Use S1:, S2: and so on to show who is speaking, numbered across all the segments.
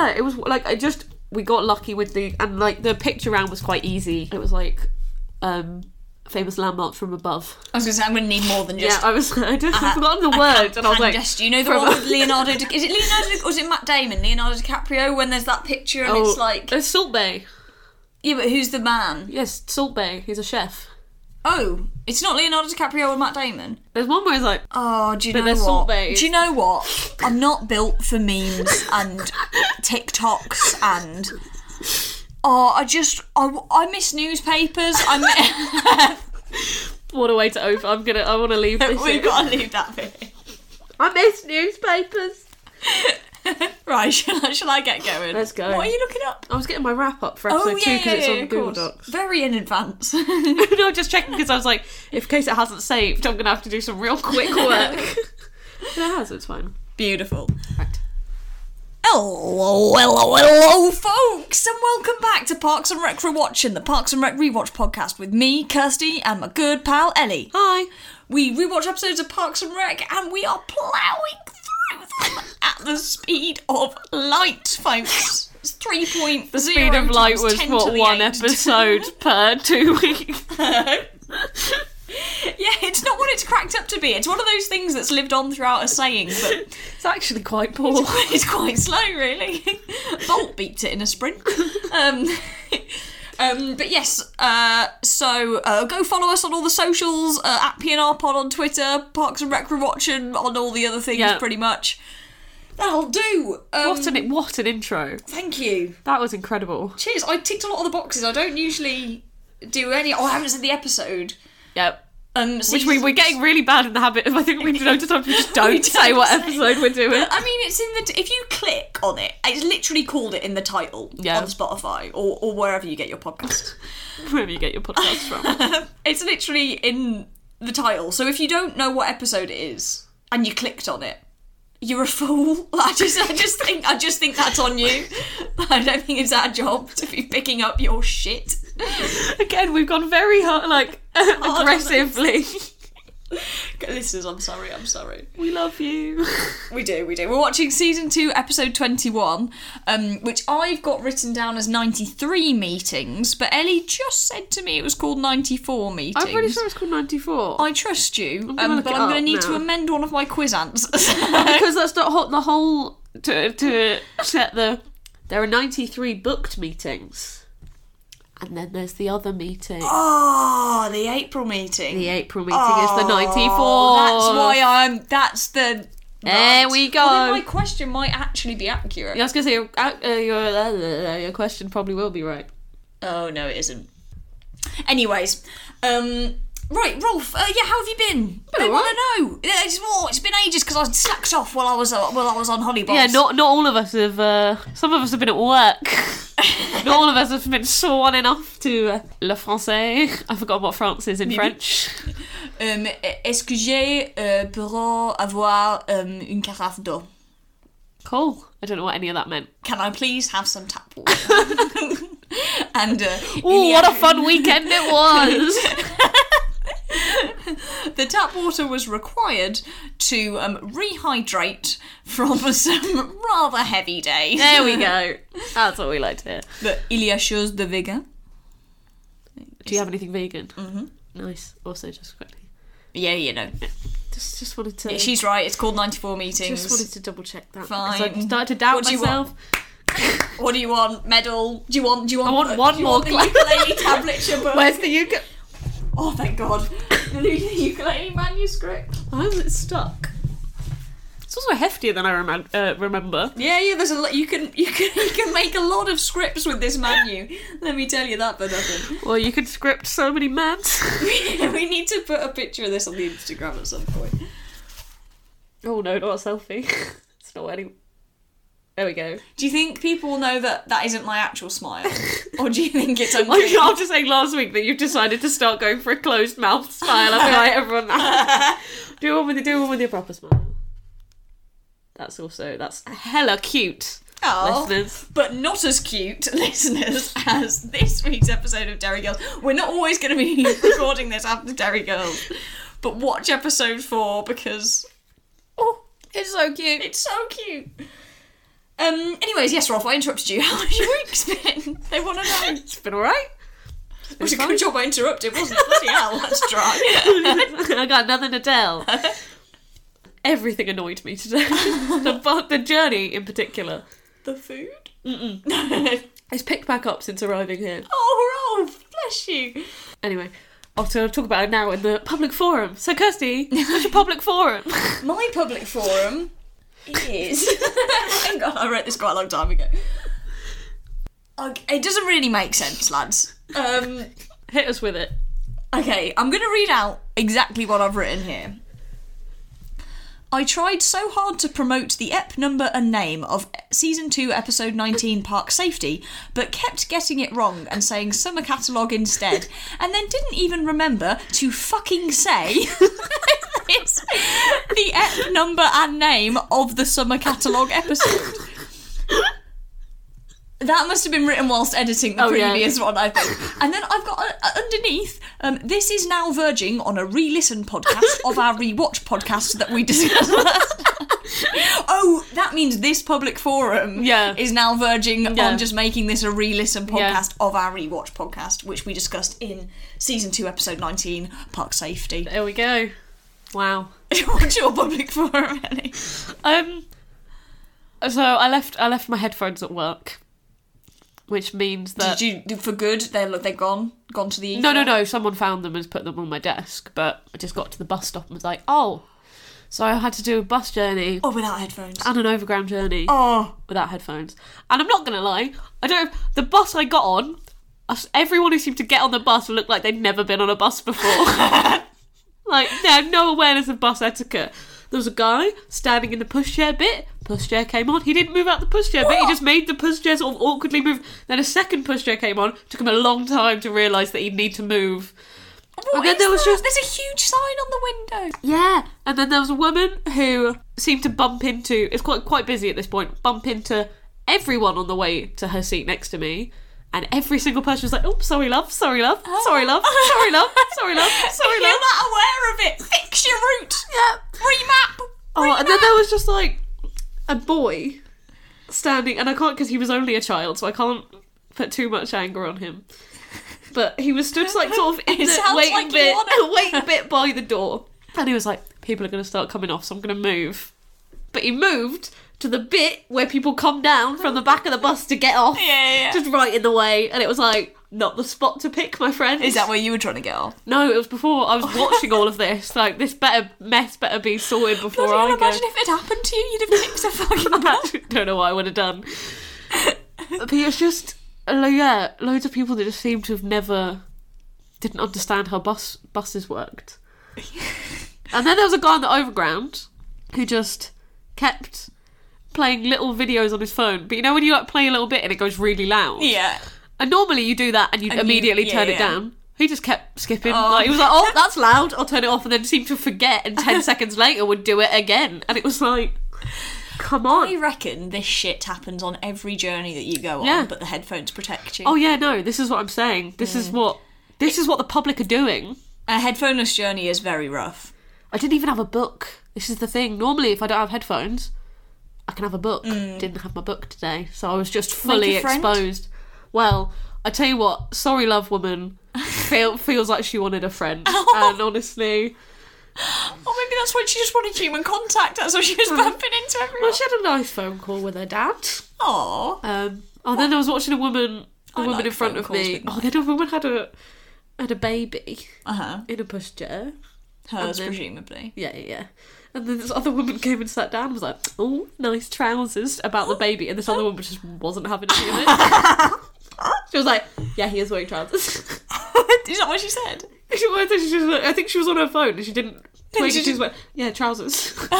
S1: I just we got lucky with the and like the picture round was quite easy. It was like um famous landmarks from above.
S2: I was going to say I'm going to need more than
S1: Yeah,
S2: just.
S1: I was I just I've forgotten the
S2: Uh-huh. I
S1: word,
S2: can't-
S1: and I was like,
S2: can't just, you know the
S1: from-
S2: one with Leonardo. Di- is it Leonardo Di- or is it Matt Damon? Leonardo DiCaprio when there's that picture and
S1: oh,
S2: it's like
S1: it's Salt Bay.
S2: yeah, but who's the man?
S1: Yes, Salt Bay. He's a chef.
S2: Oh, it's not Leonardo DiCaprio or Matt Damon.
S1: There's one where he's like,
S2: Oh, do you know
S1: they're
S2: what?
S1: salt bays.
S2: Do you know what? I'm not built for memes and TikToks and. Oh, I just I, I miss newspapers. I
S1: what a way to open. I'm gonna. I want to leave
S2: miss,
S1: this.
S2: we've
S1: in.
S2: got to leave that bit.
S1: I miss newspapers.
S2: Right, shall I, shall I get going?
S1: Let's go.
S2: What are you looking up?
S1: I was getting my wrap up for
S2: Oh
S1: episode two
S2: yeah,
S1: because
S2: yeah,
S1: it's
S2: yeah,
S1: on
S2: of
S1: Google
S2: course.
S1: Docs.
S2: Very in advance.
S1: no, just checking because I was like, if in case it hasn't saved, I'm gonna have to do some real quick work. but it has. It's fine.
S2: Beautiful.
S1: Right.
S2: Hello, hello, hello, folks, and welcome back to Parks and Rec Rewatching, the Parks and Rec Rewatch podcast with me, Kirsty, and my good pal Ellie.
S1: Hi.
S2: We rewatch episodes of Parks and Rec, and we are ploughing through them at the speed of light, folks. It's three point
S1: The speed of light was what one episode per two weeks.
S2: Yeah, it's not what it's cracked up to be. It's one of those things that's lived on throughout a saying, but
S1: It's actually quite poor.
S2: it's quite slow, really. Bolt beats it in a sprint. Um, um, but yes, uh, so uh, go follow us on all the socials uh, at PNR Pod on Twitter, Parks and Rec Rewatch, and on all the other things,
S1: Yeah.
S2: pretty much. That'll do. Um,
S1: What an what an intro.
S2: Thank you.
S1: That was incredible.
S2: Cheers. I ticked a lot of the boxes. I don't usually do any. Oh, I haven't said the episode.
S1: Yep.
S2: Um,
S1: Which we, we're getting really bad in the habit of. I think we noticed we just don't, say what episode we're doing.
S2: I mean, it's in the. if you click on it, it's literally called it in the title
S1: Yeah.
S2: on Spotify or, or wherever you get your podcasts.
S1: Wherever you get your podcast from.
S2: it's literally in the title. So if you don't know what episode it is and you clicked on it, you're a fool. I just, I just think, I just think that's on you. I don't think it's our job to be picking up your shit.
S1: Again, we've gone very hard, like
S2: on this.
S1: aggressively.
S2: Listeners, I'm sorry. I'm sorry.
S1: we love you.
S2: We do, we do. We're watching season two, episode 21, um, which I've got written down as 93 meetings, but Ellie just said to me it was called 94 meetings.
S1: I'm pretty sure it's called 94.
S2: I trust you,
S1: gonna
S2: um,
S1: look
S2: but
S1: it
S2: I'm going
S1: up
S2: to need to
S1: now.
S2: amend one of my quiz answers.
S1: because that's the whole, the whole to to set the there are 93 booked meetings and then there's the other meeting
S2: oh, the April meeting.
S1: the aprapril meeting is the 94
S2: Oh, That's why I'm. That's the.
S1: There
S2: right.
S1: we
S2: Well,
S1: go.
S2: then my question might actually be accurate.
S1: yeah, i was gonna say your, uh, uh, your, uh, your question probably will be right
S2: Oh no, it isn't. Anyways, um, right, Rolf. Uh, yeah, how have you been? I
S1: all
S2: want to know. Yeah, It's, well, it's been ages because I slacked off while I was uh, while I was on Hollybox.
S1: yeah not not all of us have uh, some of us have been at work not all of us have been swanning off to uh, le français i forgot what france is in french
S2: Um, est-ce que j'ai euh, pour avoir um, une carafe d'eau?
S1: cool i don't know what any of that meant
S2: Can I please have some tap water? and uh,
S1: oh
S2: il y
S1: what a
S2: avait-
S1: fun weekend it was
S2: the tap water was required to um, rehydrate from some rather heavy days.
S1: There we go. That's what we like to hear.
S2: But il y a chose de vegan.
S1: Do you have anything vegan? Mm-hmm. Nice. Also, just quickly,
S2: Yeah, you know.
S1: just just wanted to
S2: Yeah, she's right. It's called 94 meetings.
S1: just wanted to double check that. because I
S2: Fine.
S1: started to doubt
S2: What do you
S1: myself.
S2: What do you want? Medal? Do you want? Do you want?
S1: want
S2: uh,
S1: one
S2: do you
S1: more
S2: want the
S1: glass.
S2: ukulele tablature book.
S1: Where's the UK?
S2: Oh, thank God. the ukulele manuscript.
S1: Why is it stuck? It's also heftier than I remem- uh, remember.
S2: Yeah, yeah. There's a lot. You can you can you can make a lot of scripts with this menu. Let me tell you that for nothing.
S1: Well, you could script so many mans.
S2: we need to put a picture of this on the Instagram at some point.
S1: oh no, not a selfie. it's not any. There we go.
S2: Do you think people will know that that isn't my actual smile, or do you think it's
S1: Well, you
S2: unreal?
S1: know, after saying last week that you've decided to start going for a closed mouth smile, I feel like everyone do one with do one with your proper smile. That's also that's hella cute,
S2: Oh.
S1: listeners.
S2: but not as cute, listeners, as this week's episode of Dairy Girls. We're not always going to be recording this after Dairy Girls, but watch episode four because oh,
S1: It's so cute.
S2: it's so cute. Um, anyways, yes, Rolf, I interrupted you. How has your week's been? They want to know.
S1: It's been alright.
S2: It was a good job I interrupted, wasn't it? Bloody hell, that's dry.
S1: I got nothing to tell. Everything annoyed me today. the, bu- the journey in particular.
S2: the food? Mm-mm.
S1: It's picked back up since arriving here.
S2: oh, Rolf, bless you.
S1: Anyway, I'll t- talk about it now in the public forum. So, Kirsty, what's your public forum?
S2: My public forum is. Hang on, I wrote this quite a long time ago. Okay, it doesn't really make sense, lads. Um,
S1: Hit us with it.
S2: Okay, I'm going to read out exactly what I've written here. I tried so hard to promote the EP number and name of season 2, episode 19, Park Safety, but kept getting it wrong and saying summer catalogue instead, and then didn't even remember to fucking say it's the EP number and name of the summer catalogue episode. That must have been written whilst editing the
S1: Oh, yeah.
S2: previous one, I think. And then I've got uh, uh, underneath, um, this is now verging on a re listen podcast of our rewatch podcast that we discussed last Oh, that means this public forum
S1: Yeah.
S2: is now verging
S1: Yeah.
S2: on just making this a re listen
S1: Yeah.
S2: podcast of our rewatch podcast, which we discussed in season 2, episode 19, Park Safety.
S1: There we go. Wow.
S2: What's your public forum, Ellie?
S1: Um. So I left. I left my headphones at work, which means that
S2: Did you, for good, they're, they're gone? Gone to the ether?
S1: no, no, no. Someone found them and put them on my desk. But I just got to the bus stop and was like, oh. So I had to do a bus journey
S2: Oh, without headphones.
S1: and an overground journey
S2: Oh.
S1: without headphones. And I'm not gonna lie, I don't. The bus I got on, us- everyone who seemed to get on the bus looked like they'd never been on a bus before. like they had no awareness of bus etiquette. There was a guy standing in the pushchair bit. Pushchair came on. He didn't move out the pushchair bit. He just made the pushchair sort of awkwardly move. Then a second pushchair came on. Took him a long time to realise that he'd need to move.
S2: What
S1: And then
S2: is
S1: Oh, there was
S2: that?
S1: just-
S2: there's a huge sign on the window.
S1: Yeah, and then there was a woman who seemed to bump into. It's quite quite busy at this point. Bump into everyone on the way to her seat next to me, and every single person was like, "Oh, sorry, love. Sorry, love. Sorry, love. Sorry, love. Sorry, love. Sorry,
S2: if
S1: love."
S2: you're not aware of it, fix your route.
S1: Yep.
S2: Remap.
S1: Oh, and then there was just like a boy standing, and I can't because he was only a child, so I can't put too much anger on him. But he was stood like sort of in
S2: It
S1: the
S2: sounds
S1: waiting
S2: like you
S1: bit,
S2: wanna-
S1: waiting bit by the door, and he was like, "People are going to start coming off, so I'm going to move." But he moved to the bit where people come down from the back of the bus to get off,
S2: Yeah, yeah.
S1: just right in the way, and it was like not the spot to pick, my friend.
S2: Is that where you were trying to get off?
S1: No, it was before I was watching all of this. Like this better mess better be sorted before I
S2: Bloody
S1: go.
S2: hell, imagine if it happened to you, you'd have picked a fucking bus.
S1: I don't know what I would have done. but it's just, lo- yeah, loads of people that just seem to have never, didn't understand how bus buses worked. and then there was a guy on the overground who just kept playing little videos on his phone. But you know when you like play a little bit and it goes really loud.
S2: Yeah.
S1: And normally you do that and you
S2: And you-
S1: immediately
S2: yeah,
S1: turn it
S2: yeah.
S1: down. He just kept skipping.
S2: Oh.
S1: Like he was like, "Oh, that's loud. I'll turn it off," and then seemed to forget. And ten seconds later, would do it again. And it was like, "Come on!"
S2: I reckon this shit happens on every journey that you go on,
S1: Yeah.
S2: but the headphones protect you.
S1: Oh yeah, no, this is what I'm saying. This is what this is what the public are doing.
S2: A headphoneless journey is very rough.
S1: I didn't even have a book. This is the thing. Normally if I don't have headphones, I can have a book. Didn't have my book today, so I was just fully
S2: a friend?
S1: exposed. Well, I tell you what, sorry love woman feel, feels like she wanted a friend. and honestly,
S2: Oh, maybe that's why she just wanted human contact. That's why she was bumping into
S1: Hmm. well,
S2: everyone.
S1: she had a nice phone call with her dad.
S2: Aww.
S1: Um, oh, then I was watching a woman a
S2: I
S1: woman
S2: like
S1: in front
S2: phone
S1: of
S2: calls
S1: me.
S2: with
S1: Oh, then a woman had a had a baby
S2: Uh huh.
S1: in a pushchair.
S2: Hers,
S1: then-
S2: presumably.
S1: Yeah, yeah, yeah. And then this other woman came and sat down and was like, oh, nice trousers about the baby. And this other woman just wasn't having any of it. she was like, yeah, he is wearing trousers.
S2: is that what she said?
S1: She was- she was- I think she was on her phone and she didn't. Wait,
S2: she
S1: she just went, yeah, trousers.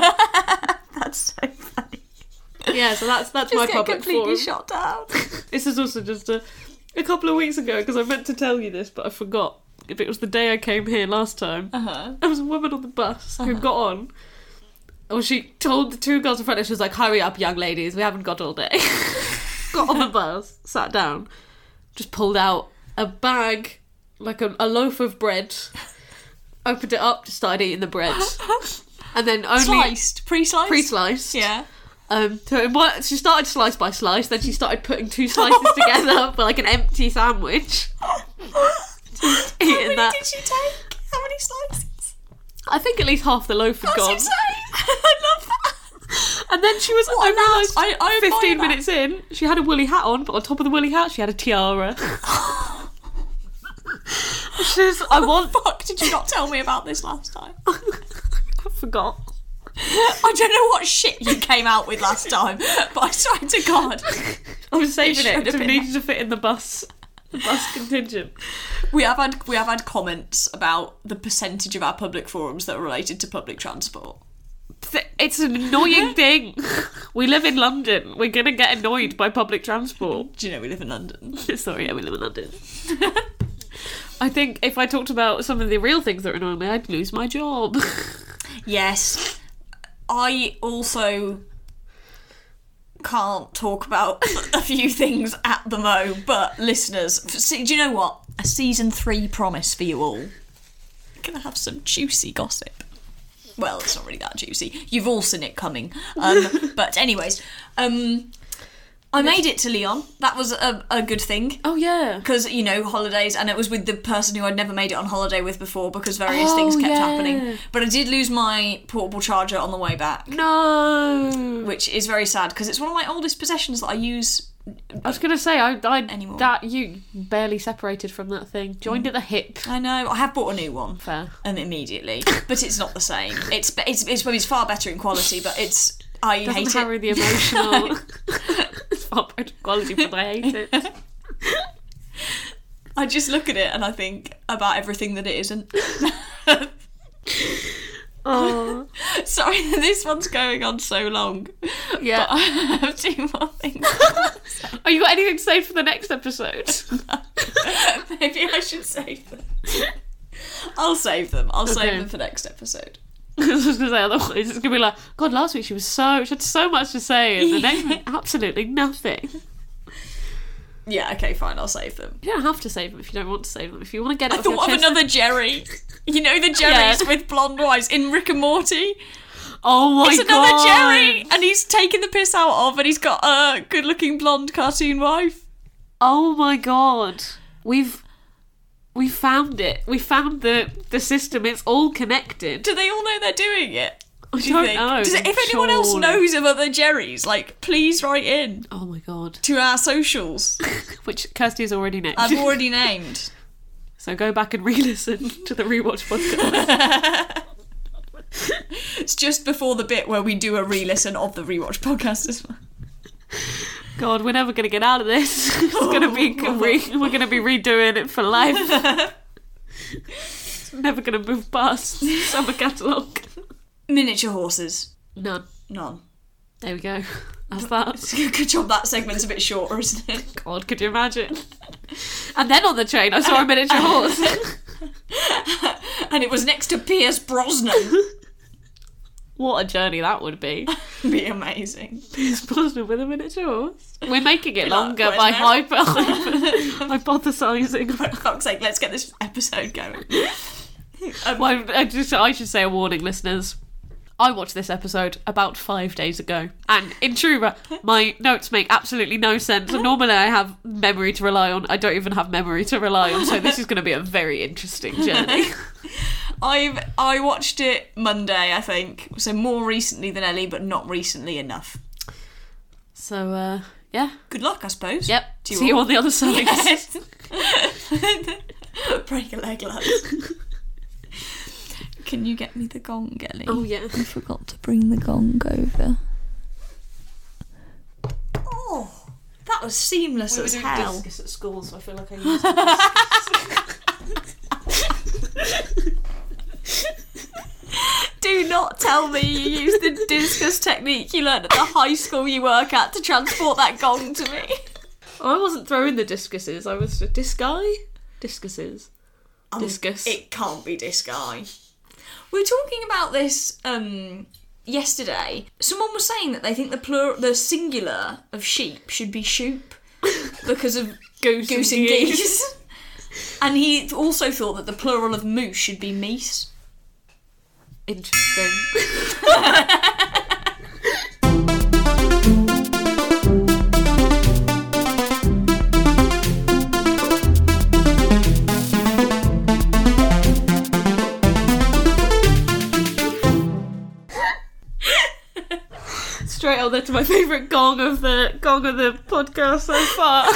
S2: That's so funny.
S1: yeah, so that's that's my
S2: Just get
S1: public
S2: completely
S1: forum.
S2: shot down.
S1: This is also just a, a couple of weeks ago because I meant to tell you this, but I forgot. If it was the day I came here last time,
S2: Uh huh.
S1: there was a woman on the bus
S2: Uh-huh.
S1: who got on. Oh, she told the two girls in front of her, she was like, hurry up, young ladies, we haven't got all day. got on the bus, sat down, just pulled out a bag, like a, a loaf of bread, opened it up, just started eating the bread. And then only
S2: Sliced, pre-sliced,
S1: pre sliced.
S2: Yeah.
S1: Um, so in one, she started slice by slice, then she started putting two slices together for like an empty sandwich.
S2: How
S1: eating
S2: many
S1: that.
S2: did she take? How many slices?
S1: I think at least half the loaf had
S2: That's
S1: gone.
S2: insane. I love that.
S1: And then she was,
S2: What
S1: I
S2: an ass.
S1: realised
S2: I- I admire
S1: 15
S2: that.
S1: minutes in, she had a woolly hat on, but on top of the woolly hat, she had a tiara. She's, I want,
S2: Fuck, did you not tell me about this last time?
S1: I forgot.
S2: I don't know what shit you came out with last time, but I swear to God,
S1: I'm saving
S2: should
S1: it.
S2: have
S1: It's
S2: been
S1: needed to fit in the bus. The bus contingent.
S2: we have had we have had comments about the percentage of our public forums that are related to public transport.
S1: Th- It's an annoying thing. We live in London. We're gonna get annoyed by public transport.
S2: Do you know we live in London?
S1: Sorry, yeah, we live in London. I think if I talked about some of the real things that annoy me, I'd lose my job.
S2: Yes. I also can't talk about a few things at the mo, but listeners, f- see, do you know what? A season three promise for you all. Gonna have some juicy gossip. Well, it's not really that juicy. You've all seen it coming. Um, but anyways, um, I made it to Leon. That was a, a good thing
S1: oh yeah.
S2: because you know holidays and it was with the person who I'd never made it on holiday with before because various things
S1: Oh,
S2: kept
S1: yeah.
S2: happening but I did lose my portable charger on the way back
S1: No.
S2: which is very sad because it's one of my oldest possessions that I use
S1: I was gonna say I, I
S2: Anymore. Mm.
S1: that you barely separated from that thing. Joined at the hip.
S2: I know I have bought a new one
S1: Fair.
S2: um, immediately but it's not the same it's it's it's, well, it's far better in quality but it's I
S1: Doesn't
S2: hate
S1: harry
S2: it
S1: the emotional. it's not bad quality, but I hate it.
S2: I just look at it and I think about everything that it isn't
S1: Oh
S2: sorry this one's going on so long but I
S1: yeah.
S2: have two more things
S1: Are you got anything to say for the next episode?
S2: Maybe I should save them. I'll save them. I'll
S1: Okay.
S2: save them for next episode.
S1: Because I was gonna say otherwise it's gonna be like, God, last week she was so she had so much to say, and the next week absolutely nothing.
S2: Yeah, okay, fine. I'll save them.
S1: You don't have to save them if you don't want to save them. If you want to get it
S2: I
S1: off your
S2: thought of
S1: chest-
S2: another Jerry. You know the Jerry's
S1: Yeah.
S2: with blonde eyes in Rick and Morty.
S1: oh my
S2: It's another
S1: god,
S2: Jerry, and he's taking the piss out of, and he's got a good-looking blonde cartoon wife.
S1: Oh my god, we've we found it. We found the the system. It's all connected.
S2: Do they all know they're doing it?
S1: I
S2: Do you
S1: don't
S2: think?
S1: know.
S2: Does- if anyone else
S1: surely.
S2: knows of other Jerrys, like please write in
S1: oh my god,
S2: to our socials.
S1: which Kirsty has already named.
S2: I've already named.
S1: so go back and re-listen to the rewatch podcast.
S2: It's just before the bit where we do a re-listen of the rewatch podcast as well.
S1: God, we're never gonna get out of this. it's
S2: Oh
S1: gonna be re- we're gonna be redoing it for life. It's never gonna move past summer catalogue.
S2: Miniature horses.
S1: None.
S2: None.
S1: There we go. That's that.
S2: Good job that segment's a bit shorter, isn't it?
S1: God, could you imagine? And then on the train, I saw a miniature horse.
S2: And it was next to Pierce Brosnan.
S1: What a journey that would be.
S2: be amazing.
S1: Pierce Brosnan with a miniature horse. We're making it
S2: like,
S1: longer
S2: where's
S1: by
S2: Mary?
S1: hyper, hypothesizing.
S2: For fuck's sake, let's get this episode going.
S1: Well, I just I should say a warning, listeners. I watched this episode about five days ago, and in true, ra- my notes make absolutely no sense. And normally, I have memory to rely on. I don't even have memory to rely on, so this is going to be a very interesting journey.
S2: I've I watched it Monday, I think. So more recently than Ellie, but not recently enough.
S1: So, uh, yeah,
S2: Good luck, I suppose.
S1: yep.
S2: Do you
S1: See you
S2: all-
S1: on the other side.
S2: Yes. Break a leg, lads. Can you get me the gong, Ellie?
S1: Oh yeah.
S2: I forgot to bring the gong over. Oh, that was seamless as hell.
S1: at school, so I feel like I used.
S2: Do not tell me you used the discus technique you learned at the high school you work at to transport that gong to me.
S1: I wasn't throwing the discuses. I was a disci. Discuses. Discus.
S2: Um, It can't be this guy. We were talking about this um, yesterday. Someone was saying that they think the plur- the singular of sheep should be shoop because of
S1: Goose,
S2: goose and geese. And he also thought that the plural of moose should be meese.
S1: Interesting. to my favourite gong of the gong of the podcast so far.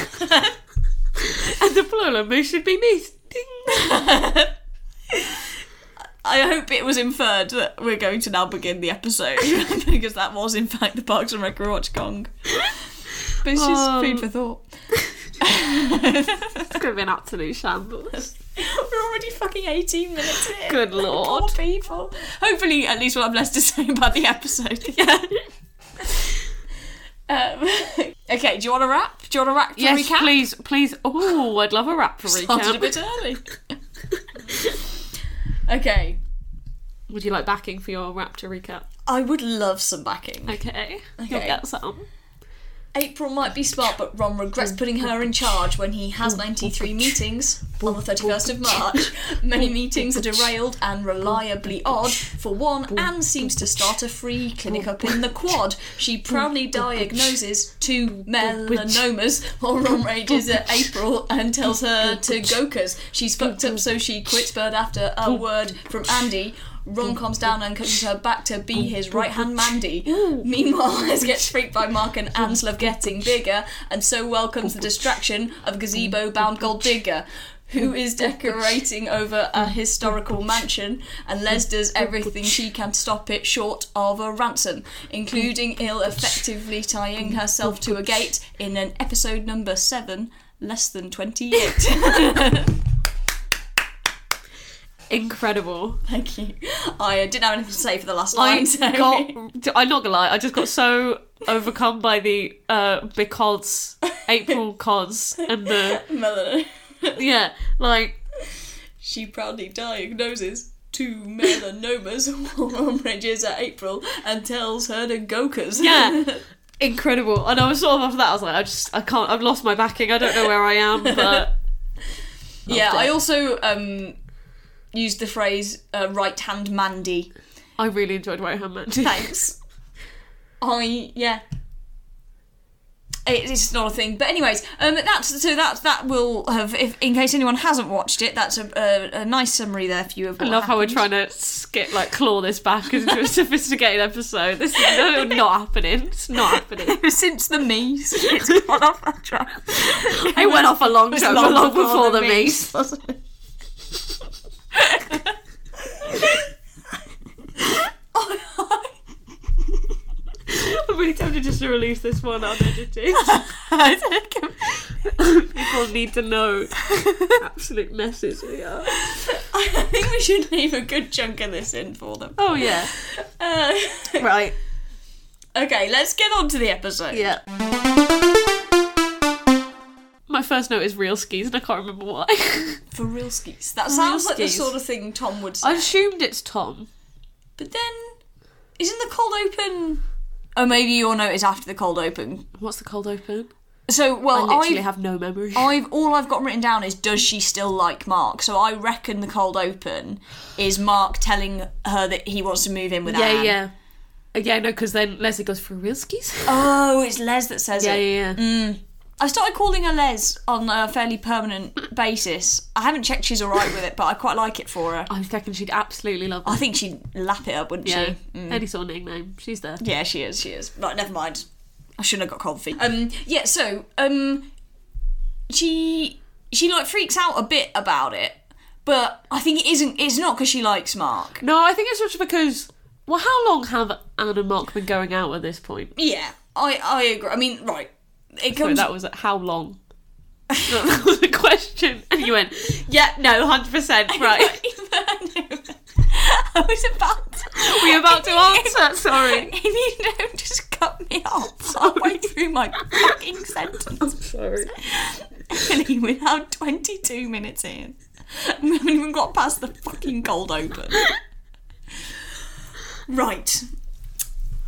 S1: and the plural move should be me. Ding.
S2: I hope it was inferred that we're going to now begin the episode because that was, in fact, the Parks and Rec Watch Gong. But it's just
S1: Um,
S2: food for thought.
S1: It's gonna be an absolute shambles.
S2: We're already fucking 18 minutes in.
S1: Good
S2: Poor
S1: lord.
S2: people. Hopefully, at least we'll have less to say about the episode.
S1: Yeah.
S2: Um, okay, do you want to wrap? Do you want to wrap for
S1: Yes,
S2: recap?
S1: please, please. Oh, I'd love a rap for
S2: Started a
S1: recap.
S2: bit early. okay.
S1: Would you like backing for your rap to recap?
S2: I would love some backing.
S1: Okay. You'll
S2: Okay.
S1: get some.
S2: April might be smart, but Ron regrets putting her in charge when he has 93 meetings on the 31st of March. Many meetings are derailed and reliably odd. For one, Anne seems to start a free clinic up in the quad. She proudly diagnoses two melanomas while Ron rages at April and tells her to go cause she's fucked up, so she quits. But after a word from Andy, Ron calms down and coaches her back to be his right hand Mandy. Meanwhile, Les gets freaked by Mark and Anne's love getting bigger, and so welcomes the distraction of gazebo bound gold digger. Who is decorating over a historical mansion, and Les does everything she can to stop it short of a ransom, including ill effectively tying herself to a gate in an episode number seven, less than 28.
S1: Incredible.
S2: Thank you. I uh, didn't have anything to say for the last
S1: I
S2: line. so-
S1: got. I'm not gonna lie. I just got so overcome by the uh because April cause and the
S2: Melon.
S1: yeah like
S2: She proudly diagnoses two melanomas, warm rages at April, and tells her to gokers.
S1: yeah incredible. And I was sort of after that. I was like, I just I can't. I've lost my backing. I don't know where I am. But
S2: yeah.
S1: Loved it.
S2: I also um, used the phrase uh, right hand Mandy.
S1: I really enjoyed Right Hand Man.
S2: Thanks. I yeah. It- It's not a thing, but anyways, um, that's so that that will have. If in case anyone hasn't watched it, that's a, a, a nice summary there for you. Of
S1: I
S2: what
S1: love how we're
S2: happened.
S1: trying to skip, like, claw this back into a sophisticated episode. This is no, not happening. It's not happening.
S2: since the Mies. It's gone off that track.
S1: I went off a long
S2: It's
S1: time,
S2: long
S1: long
S2: before
S1: before
S2: the
S1: the meet. I'm really tempted just to release this one unedited. People need to know absolute messes we are.
S2: I think we should leave a good chunk of this in for them.
S1: Oh yeah,
S2: Uh,
S1: right.
S2: okay, let's get on to the episode.
S1: Yeah. My first note is real skis, and I can't remember why.
S2: For real skis. That sounds like the
S1: skis.
S2: sort of thing Tom would say.
S1: I assumed it's Tom.
S2: But then, isn't the cold open. Oh, maybe your note is after the cold open.
S1: What's the cold open?
S2: So,
S1: I
S2: well,
S1: literally
S2: I.
S1: have no memory.
S2: I've all I've got written down is does she still like Mark? So I reckon the cold open is Mark telling her that he wants to move in with
S1: yeah,
S2: Anne.
S1: yeah. Uh, Yeah, no, because then Leslie goes for real skis.
S2: Oh, it's Les that says
S1: yeah,
S2: it.
S1: yeah, yeah.
S2: I started calling her Les on a fairly permanent basis. I haven't checked she's all right with it, but I quite like it for her.
S1: I reckon she'd absolutely love
S2: I
S1: it.
S2: think she'd lap it up, wouldn't
S1: Yeah,
S2: she?
S1: any sort of nickname, she's there.
S2: Yeah, she is. She is. Right, never mind. I shouldn't have got cold feet. Um, yeah. So, um, she she like freaks out a bit about it, but I think it isn't. It's not because she likes Mark.
S1: No, I think it's just because. Well, how long have Anne and Mark been going out at this point?
S2: Yeah, I I agree. I mean, right. It
S1: Sorry,
S2: comes.
S1: that was how long. that was the question, and you went, "Yeah, no, hundred percent, right."
S2: I was about. To,
S1: We We're about to answer. Sorry,
S2: If you don't just cut me off halfway through my fucking sentence,
S1: sorry.
S2: really, we're now 22 minutes in. We haven't even got past the fucking cold open. Right.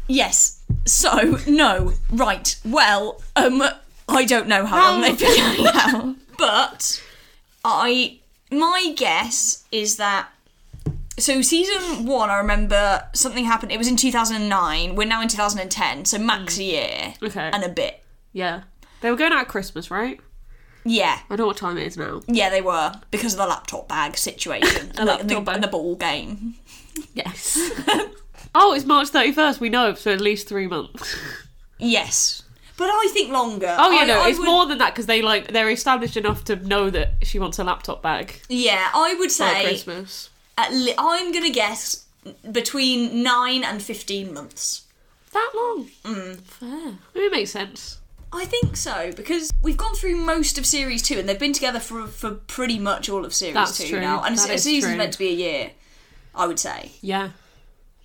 S2: Yes. So, no. Right. Well, um, I don't know how long they've been going out, but I, my guess is that so season one, I remember something happened. It was in 2009. We're now in 2010, so max a year
S1: Okay.
S2: and a bit.
S1: Yeah, they were going out at Christmas, right?
S2: Yeah,
S1: I know what time it is now.
S2: yeah, they were because of the laptop bag situation, and, like, the,
S1: laptop bag.
S2: and the ball game.
S1: Yes. oh, it's March thirty first. We know, so at least three months.
S2: Yes. But I think longer.
S1: Oh yeah,
S2: I,
S1: no,
S2: I
S1: it's
S2: would-
S1: more than that because they like they're established enough to know that she wants a laptop bag
S2: Yeah, I would
S1: for
S2: say
S1: Christmas.
S2: at li- I'm gonna guess between nine and fifteen months.
S1: That long? Fair. It makes sense.
S2: I think so because we've gone through most of series two, and they've been together for for pretty much all of series
S1: That's
S2: two
S1: true.
S2: now, and
S1: That
S2: a
S1: is
S2: season's
S1: true.
S2: meant to be a year. I would say.
S1: Yeah,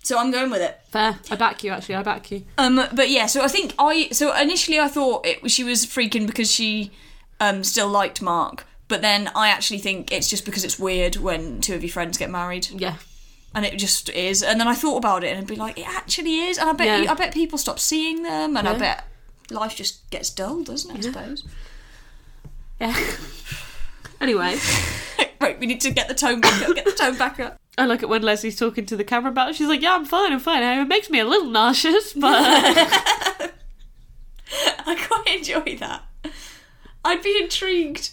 S2: So I'm going with it.
S1: fair. I back you actually. I back you.
S2: Um, but yeah, so I think I so initially I thought it she was freaking because she um still liked Mark, but then I actually think it's just because it's weird when two of your friends get married,
S1: Yeah,
S2: and it just is. And then I thought about it and I'd be like, it actually is, and I bet
S1: Yeah.
S2: you- I bet people stop seeing them, and I
S1: Yeah.
S2: bet life just gets dull, doesn't it? I suppose.
S1: yeah. anyway,
S2: right, we need to get the tone back up. Get the tone back up.
S1: I like it when Leslie's talking to the camera about. it. She's like, "Yeah, I'm fine. I'm fine. It makes me a little nauseous, but
S2: I quite enjoy that. I'd be intrigued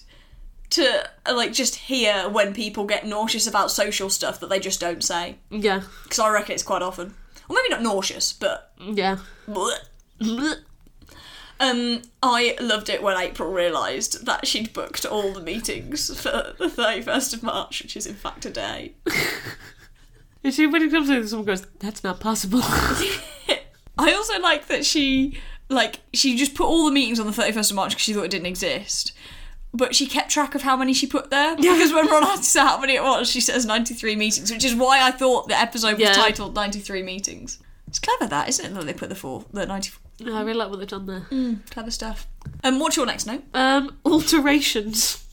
S2: to uh, like just hear when people get nauseous about social stuff that they just don't say
S1: yeah,
S2: because I reckon it's quite often. Or maybe not nauseous, but
S1: yeah."
S2: bleh.
S1: That's
S2: um, I loved it when April realised that she'd booked all the meetings for the thirty first of March, which is in fact today.
S1: she when it comes to this, someone goes, "That's not possible."
S2: I also like that she like she just put all the meetings on the 31st of March because she thought it didn't exist. But she kept track of how many she put there because when Ron asks her how many it was, she says 93 meetings, which is why I thought the episode was
S1: Yeah.
S2: titled 93 meetings. It's clever that, isn't it? That they put the four, the 94.
S1: No, I really like what they've done there.
S2: Clever stuff. And um, what's your next note?
S1: Um, alterations.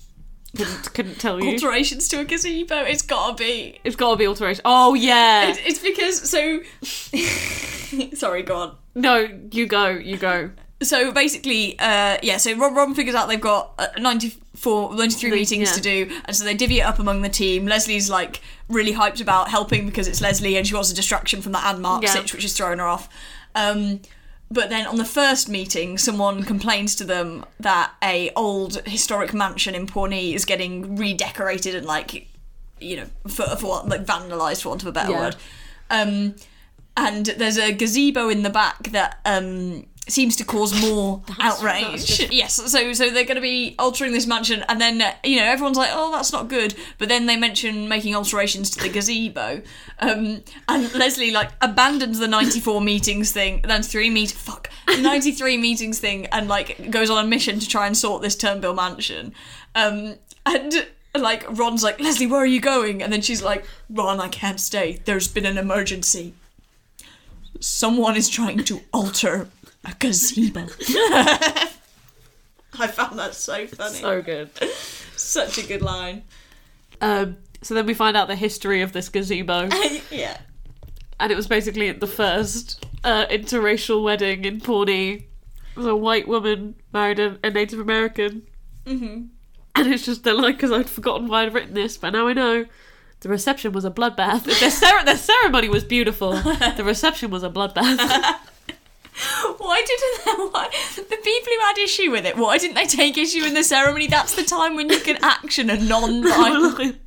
S1: Couldn't, couldn't tell you.
S2: Alterations to a gazebo. It's gotta be.
S1: it's got to be alterations. Oh yeah.
S2: It's, it's because so. Sorry, go on.
S1: No, you go. You go.
S2: so basically, uh, yeah, so Rob, Rob figures out they've got uh, 94, 93 meetings
S1: yeah.
S2: to do, and so they divvy it up among the team. Leslie's like really hyped about helping because it's Leslie and she wants a distraction from that and Mark
S1: Yeah.
S2: sitch, which is throwing her off. Um, but then on the first meeting, someone complains to them that a old historic mansion in Pawnee is getting redecorated and like, you know, for, for want- like vandalized for want of a better
S1: Yeah.
S2: word. Um, and there's a gazebo in the back that um, seems to cause more outrage.
S1: that's just-
S2: Yes, so so they're going to be altering this mansion, and then uh, you know everyone's like, oh, that's not good. But then they mention making alterations to the gazebo, um, and Leslie like abandons the ninety four meetings thing, then three meet fuck ninety three meetings thing, and like goes on a mission to try and sort this Turnbill mansion, um, and. Like Ron's like Leslie, where are you going? And then she's like, Ron, I can't stay. There's been an emergency someone is trying to alter a gazebo. I found that so funny.
S1: So good.
S2: Such a good line.
S1: Um, so then we find out the history of this gazebo,
S2: yeah.
S1: and it was basically at the first uh, interracial wedding in Pawnee. It was a white woman married a, a Native American.
S2: Mhm.
S1: And it's just they're like, because I'd forgotten why I'd written this, but now I know. The reception was a bloodbath. Their, cer- their ceremony was beautiful. The reception was a bloodbath.
S2: Why didn't why, the people who had issue with it? Why didn't they take issue in the ceremony? That's the time when you can action a non-violent.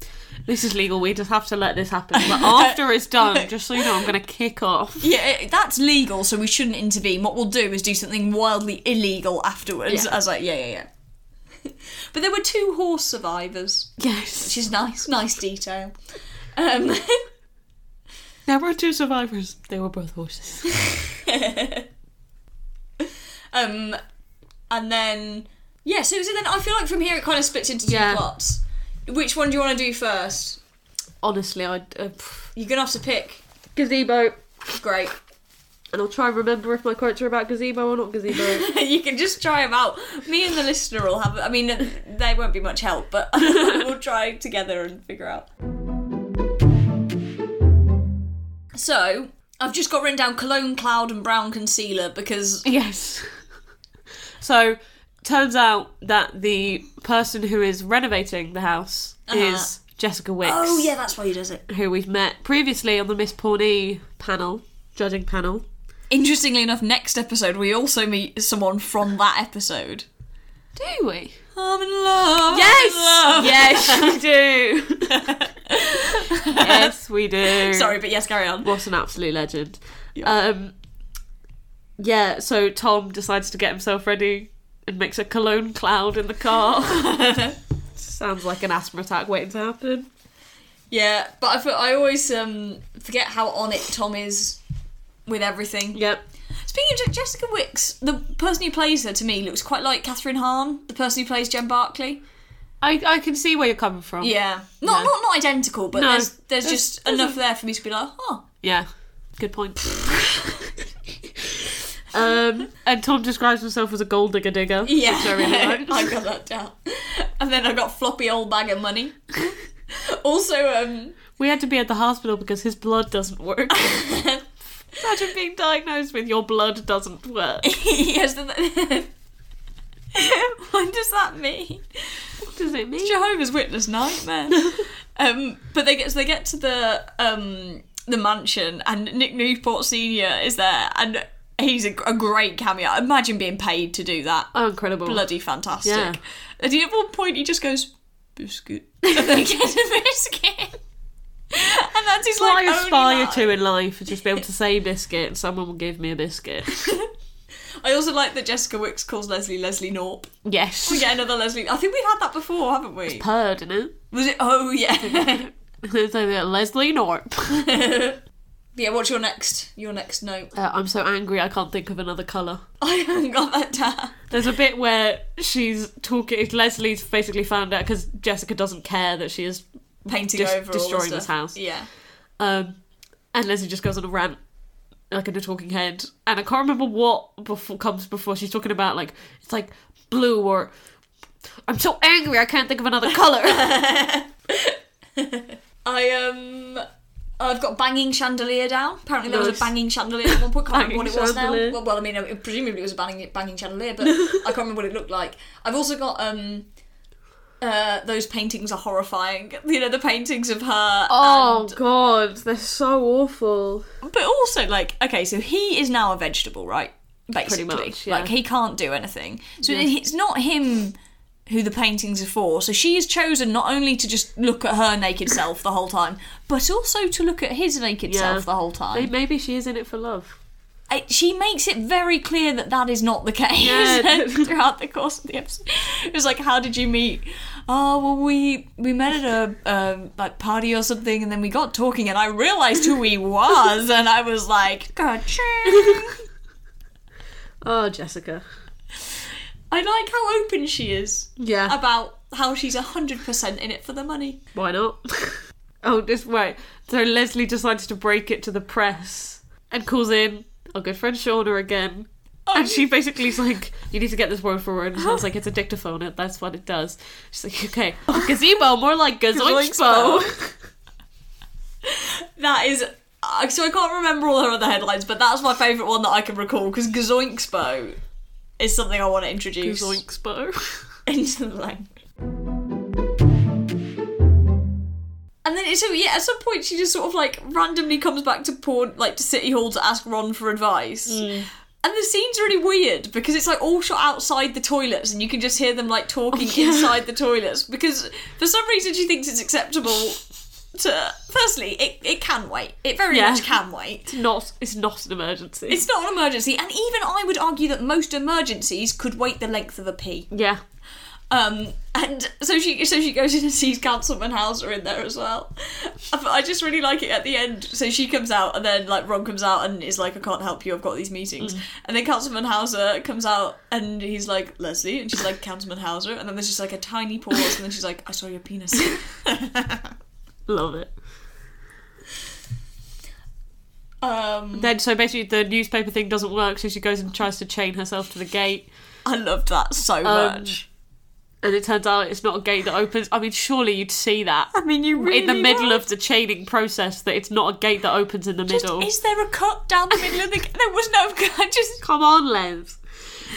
S1: this is legal. We just have to let this happen. But after it's done, just so you know, I'm going to kick off.
S2: yeah, that's legal, so we shouldn't intervene. What we'll do is do something wildly illegal afterwards.
S1: Yeah.
S2: I was like, yeah, yeah, yeah. but there were two horse survivors.
S1: Yes.
S2: which is nice, nice detail. Um,
S1: There were two survivors. They were both horses.
S2: um, and then yeah, so, so then I feel like from here it kind of splits into two
S1: Yeah.
S2: plots. Which one do you want to do first?
S1: Honestly, I uh,
S2: You're gonna have to pick.
S1: gazebo,
S2: Great.
S1: and I'll try and remember if my quotes are about gazebo or not gazebo.
S2: you can just try them out. Me and the listener will have. I mean, they won't be much help, but we'll try together and figure out. So I've just got written down cologne cloud and brown concealer because
S1: yes. So, turns out that the person who is renovating the house is Jessica Wicks,
S2: oh yeah, that's why he does it.
S1: who we've met previously on the Miss Pawnee panel, judging panel.
S2: Interestingly enough, next episode we also meet someone from that episode.
S1: Do we?
S2: I'm in love.
S1: yes, we do. yes, we do.
S2: Sorry, but yes, carry on.
S1: What an absolute legend. Um, yeah, so Tom decides to get himself ready and makes a cologne cloud in the car. Sounds like an asthma attack waiting to happen.
S2: Yeah, but I, feel, I always um, forget how on it Tom is with everything.
S1: Yep.
S2: Speaking of Je- Jessica Wicks, the person who plays her to me looks quite like Catherine Hahn, the person who plays Jen Barkley.
S1: I, I can see where you're coming from.
S2: Yeah,
S1: No.
S2: not not, not identical, but
S1: No.
S2: there's, there's
S1: There's-
S2: just enough there for me to be like, oh,
S1: Yeah. Good point. um, and Tom describes himself as a gold digger digger.
S2: yeah,
S1: Which I really like.
S2: I got that down. And then I got floppy old bag of money. also, um,
S1: We had to be at the hospital because his blood doesn't work. Imagine being diagnosed with your blood doesn't work.
S2: yes, the- what does that mean?
S1: What does it mean?
S2: Jehovah's Witness nightmare. um, but they get so they get to the um, the mansion, and Nick Newport Senior is there, and he's a, a great cameo. Imagine being paid to do that.
S1: Oh, incredible.
S2: Bloody fantastic.
S1: Yeah.
S2: And he- at one point, he just goes biscuit, and they get a biscuit, and that's his
S1: What
S2: like
S1: I
S2: only
S1: aspire
S2: line.
S1: to in life is just be able to say biscuit and someone will give me a biscuit.
S2: I also like that Jessica Wicks calls Leslie Leslie Norp.
S1: Yes.
S2: We get another Leslie. I think we've had that before, haven't we?
S1: Purred, innit?
S2: Was it? Oh yeah.
S1: It's like that, Leslie Norp.
S2: yeah. What's your next? Your next note.
S1: Uh, I'm so angry I can't think of another colour.
S2: I haven't got that down.
S1: There's a bit where she's talking. Leslie's basically found out because Jessica doesn't care that she is,
S2: Painting
S1: Just
S2: over all the
S1: destroying
S2: stuff.
S1: this house.
S2: Yeah.
S1: um, and Leslie just goes on a rant, like in a talking head. And I can't remember what before comes before. She's talking about like it's like blue or I'm so angry I can't think of another color.
S2: I um I've got banging chandelier down. Apparently there was
S1: Nice.
S2: a banging chandelier at one point. Can't remember what it
S1: Banging
S2: was
S1: chandelier.
S2: now. Well, well, I mean, it, presumably it was a banging banging chandelier, but I can't remember what it looked like. I've also got um. Uh, those paintings are horrifying. You know the paintings of her.
S1: Oh,
S2: and-
S1: god, they're so awful.
S2: but also like okay, so he is now a vegetable, right? Basically,
S1: much, yeah.
S2: like he can't do anything. So it's not him who the paintings are for. So she has chosen not only to just look at her naked self the whole time, but also to look at his naked
S1: Yeah.
S2: self the whole time.
S1: Maybe she is in it for love.
S2: Uh, she makes it very clear that that is not the case
S1: Yeah.
S2: throughout the course of the episode. It was like, how did you meet? Oh well, we we met at a um, like party or something, and then we got talking, and I realized who he was, and I was like, "Ka-ching."
S1: Oh, Jessica.
S2: I like how open she is
S1: Yeah.
S2: about how she's hundred percent in it for the money.
S1: Uh, Why not? oh, this right. So Leslie decides to break it to the press and calls in our good friend Shauna again.
S2: Oh,
S1: And she basically's like, "You need to get this word for word." And I was like, "It's a dictaphone. it- That's what it does." She's like, "Okay, gazebo, more like gazoinchbo."
S2: That is. uh, So I can't remember all her other headlines, but that's my favourite one that I can recall because Gazoinkspo is something I want to introduce
S1: Gazoinchbo.
S2: into the language. And then so yeah, at some point she just sort of like randomly comes back to porn, like to City Hall to ask Ron for advice. And the scene's really weird because it's like all shot outside the toilets, and you can just hear them like talking inside the toilets. Because for some reason she thinks it's acceptable to. Firstly, it, it can wait. It very
S1: Yeah.
S2: much can wait.
S1: Not. It's not an emergency.
S2: It's not an emergency, and even I would argue that most emergencies could wait the length of a pee.
S1: yeah.
S2: Um, and so she so she goes in and sees Councilman Hauser in there as well. I I just really like it at the end. So she comes out and then like Ron comes out and is like, I can't help you. I've got these meetings. And then Councilman Hauser comes out and he's like Leslie, and she's like Councilman Hauser. And then there's just like a tiny pause, and then she's like, I saw your penis.
S1: Love it.
S2: um,
S1: Then so basically the newspaper thing doesn't work, so she goes and tries to chain herself to the gate.
S2: I loved that so much.
S1: And it turns out it's not a gate that opens. I mean, surely you'd see that.
S2: I mean, you really
S1: in the middle
S2: would.
S1: of the chaining process that it's not a gate that opens in the
S2: Just,
S1: middle.
S2: is there a cut down the middle of the? There was no cut. Just
S1: Come on, Les.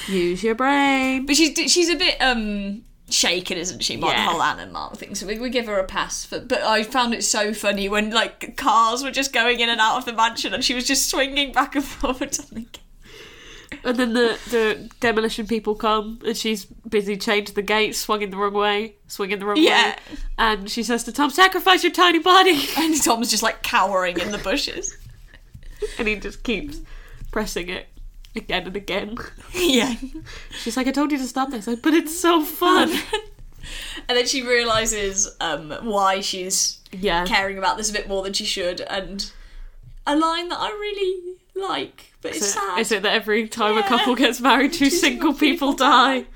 S1: Use your brain.
S2: But she's she's a bit um shaken, isn't she? By
S1: Yeah.
S2: the whole Anne and Mark thing. So we, we give her a pass. For, but I found it so funny when like cars were just going in and out of the mansion, and she was just swinging back and forwards on the gate.
S1: And then the, the demolition people come and she's busy changing the gate, swinging the wrong way, swinging the wrong
S2: Yeah.
S1: way. And she says to Tom, sacrifice your tiny body.
S2: And Tom's just like cowering in the bushes.
S1: And he just keeps pressing it. again and again.
S2: yeah.
S1: She's like, I told you to stop this, but it's so fun.
S2: And then she realizes um, why she's
S1: Yeah.
S2: caring about this a bit more than she should, and a line that I really like, but it's
S1: Is it-
S2: sad.
S1: Is it that every time a
S2: Yeah.
S1: couple gets married, two, single people die?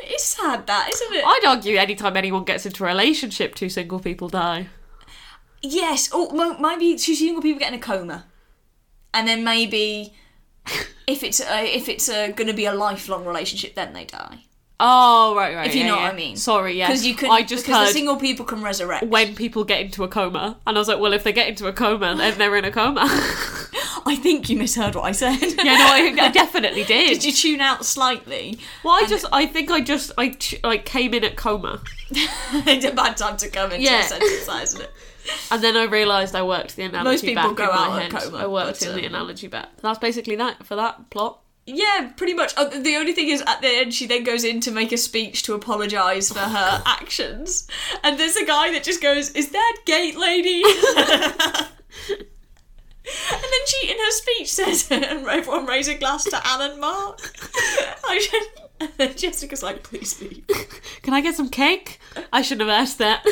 S2: It's sad that, isn't it?
S1: I'd argue anytime anyone gets into a relationship, two single people die.
S2: Yes. Oh, mo- maybe two single people get in a coma, and then maybe if it's uh, if it's uh, going to be a lifelong relationship, then they die.
S1: Oh, right, right.
S2: If you
S1: yeah,
S2: know what
S1: yeah.
S2: I mean.
S1: Sorry, yeah.
S2: Because you could.
S1: I just
S2: because
S1: heard
S2: the single people can resurrect.
S1: when people get into a coma, and I was like, well, if they get into a coma, then they're in a coma.
S2: I think you misheard what I said.
S1: yeah, no, I, I definitely did.
S2: Did you tune out slightly?
S1: well, I just, I think I just, I ch- like came in at coma,
S2: it's a bad time to come into
S1: Yeah.
S2: a sentence, that, isn't it?
S1: and then I realised I worked the analogy
S2: Most people
S1: back
S2: go
S1: in my
S2: out of
S1: head.
S2: coma,
S1: I worked
S2: but,
S1: in the
S2: um,
S1: analogy back. That's basically that for that plot.
S2: Yeah, pretty much. Uh, the only thing is, at the end, she then goes in to make a speech to apologise for her actions. And there's a guy that just goes, Is that gate lady? and then she, in her speech, says, And everyone raise a glass to Alan Mark. I should. And then Jessica's like, Please leave.
S1: Can I get some cake? I shouldn't have asked that.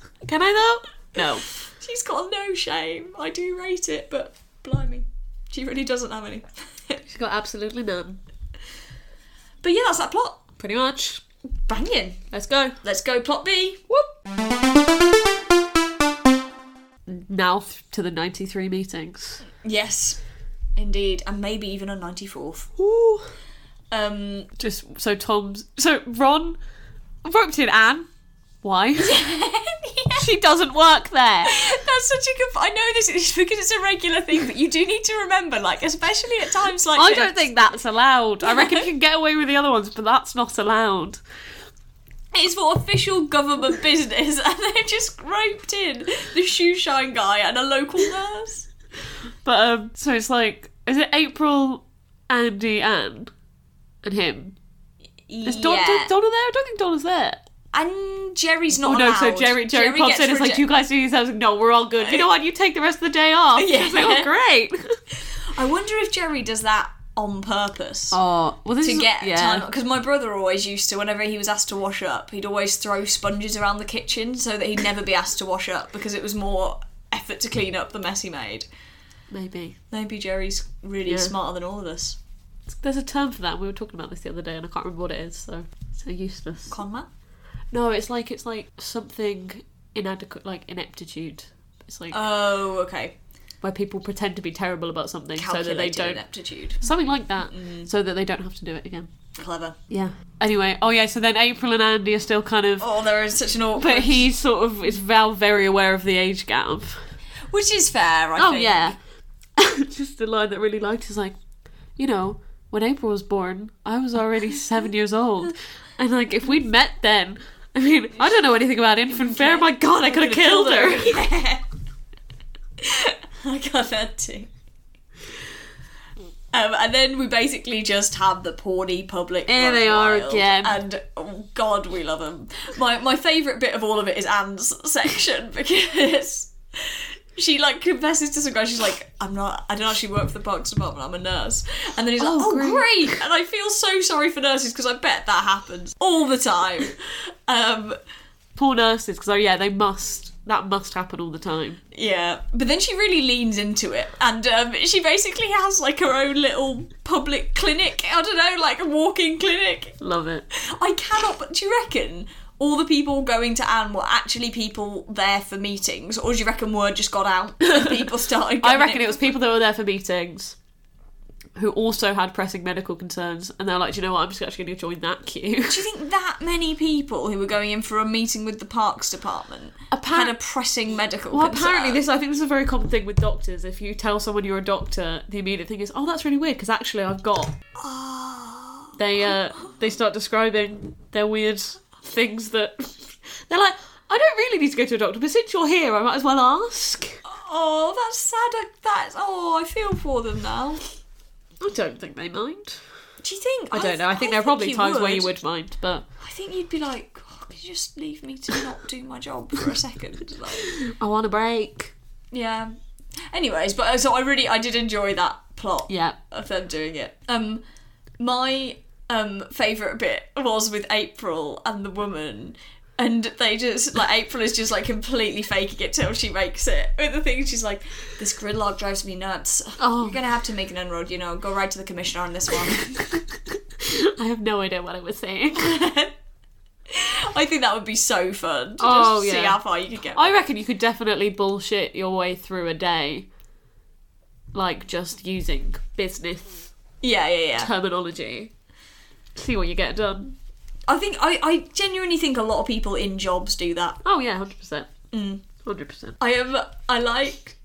S1: Can I though? No.
S2: She's got no shame. I do rate it, but blimey. She really doesn't have any.
S1: She's got absolutely none.
S2: but yeah, that's that plot.
S1: Pretty much.
S2: Banging.
S1: Let's go.
S2: Let's go, plot B.
S1: Whoop. Now th- to the 93 meetings.
S2: Yes, indeed, and maybe even a ninety fourth.
S1: Ooh.
S2: Um,
S1: Just so Tom's. So Ron roped in Anne. Why? She doesn't work there.
S2: that's such a good. I know this is because it's a regular thing, but you do need to remember, like especially at times like
S1: I
S2: this.
S1: don't think that's allowed. I reckon you can get away with the other ones, but that's not allowed.
S2: it's for official government business, and they just roped in the shoe shine guy and a local nurse.
S1: But um, so it's like, is it April, Andy, Anne, and him? Is Don,
S2: yeah.
S1: Don- Donna there? I don't think Donna's there.
S2: and Jerry's
S1: Oh
S2: not.
S1: no, so
S2: allowed.
S1: Jerry Jerry, pops
S2: gets
S1: in. It's like
S2: reje-
S1: you guys do yourselves. No, we're all good. You know what? You take the rest of the day off.
S2: Yeah.
S1: It's like, oh great.
S2: I wonder if Jerry does that on purpose.
S1: Oh well, this
S2: to
S1: is
S2: get
S1: yeah.
S2: time because my brother always used to whenever he was asked to wash up he'd always throw sponges around the kitchen so that he'd never be asked to wash up because it was more effort to clean up the mess he made
S1: Maybe
S2: maybe jerry's really
S1: Yeah.
S2: smarter than all of us
S1: there's a term for that. We were talking about this the other day, and I can't remember what it is. So so useless.
S2: con man
S1: No, it's like it's like something inadequate, like ineptitude. It's like
S2: oh okay
S1: where people pretend to be terrible about something so that they
S2: calculated
S1: don't
S2: ineptitude
S1: something like that, so that they don't have to do it again.
S2: clever
S1: Mm-hmm. Yeah. Anyway, oh yeah. So then April and Andy are still kind of.
S2: oh there is such an awkward
S1: But he sort of is Val very aware of the age gap.
S2: which is fair i
S1: Oh
S2: think
S1: yeah. Just a line that I really liked is like, you know, when April was born, I was already seven years old, and like if we'd met then, I mean, I don't know anything about infant fare. My God, I could have killed her.
S2: yeah i got that too um, and then we basically just have the Pawnee public.
S1: Here
S2: run
S1: they are
S2: wild,
S1: again.
S2: And oh, God, we love them. My my favourite bit of all of it is Anne's section because she like confesses to some guy. She's like, "I'm not. I don't actually work for the parks department. I'm a nurse." And then he's like,
S1: Oh,
S2: "Oh,
S1: great."
S2: great. And I feel so sorry for nurses because I bet that happens all the time. Um,
S1: Poor nurses, because oh yeah, they must. That must happen all the time.
S2: Yeah, but then she really leans into it, and um, she basically has like her own little public clinic. I don't know, like a walk-in clinic.
S1: Love it.
S2: I cannot. But do you reckon all the people going to Anne were actually people there for meetings, or do you reckon word just got out and people started?
S1: I
S2: going
S1: reckon
S2: in?
S1: it was people that were there for meetings. Who also had pressing medical concerns, and they're like, "Do you know what? I'm just actually going to join that queue."
S2: Do you think that many people who were going in for a meeting with the Parks Department
S1: Apparent-
S2: had a pressing medical?
S1: Uh, Well,
S2: concern?
S1: apparently, this I think this is a very common thing with doctors. If you tell someone you're a doctor, the immediate thing is, "Oh, that's really weird," because actually, I've got.
S2: Ah.
S1: They uh, they start describing their weird things that they're like. I don't really need to go to a doctor, but since you're here, I might as well ask.
S2: Oh, that's sad. I- That's oh, I feel for them now.
S1: I don't think they mind.
S2: Do you think?
S1: I don't know. I think there are probably times where you would mind, but
S2: I think you'd be like, oh, could you just leave me to not do my job for a second? Like,
S1: I want a break.
S2: yeah. Anyways, but uh, so I really I did enjoy that plot
S1: Yeah.
S2: of them doing it. Um, my um favorite bit was with April and the woman. And they just like April is just like completely faking it till she makes it. With the thing, she's like, "This gridlock drives me nuts.
S1: Oh.
S2: You're gonna have to make an inroad, you know. Go right to the commissioner on this one."
S1: I have no idea what I was saying.
S2: I think that would be so fun to
S1: Oh,
S2: just see
S1: yeah.
S2: how far you could get.
S1: I reckon you could definitely bullshit your way through a day. Like just using business
S2: yeah, yeah, yeah.
S1: terminology. See what you get done.
S2: I think I, I genuinely think a lot of people in jobs do that.
S1: Oh yeah, hundred percent.
S2: Mm.
S1: Hundred percent.
S2: I am I like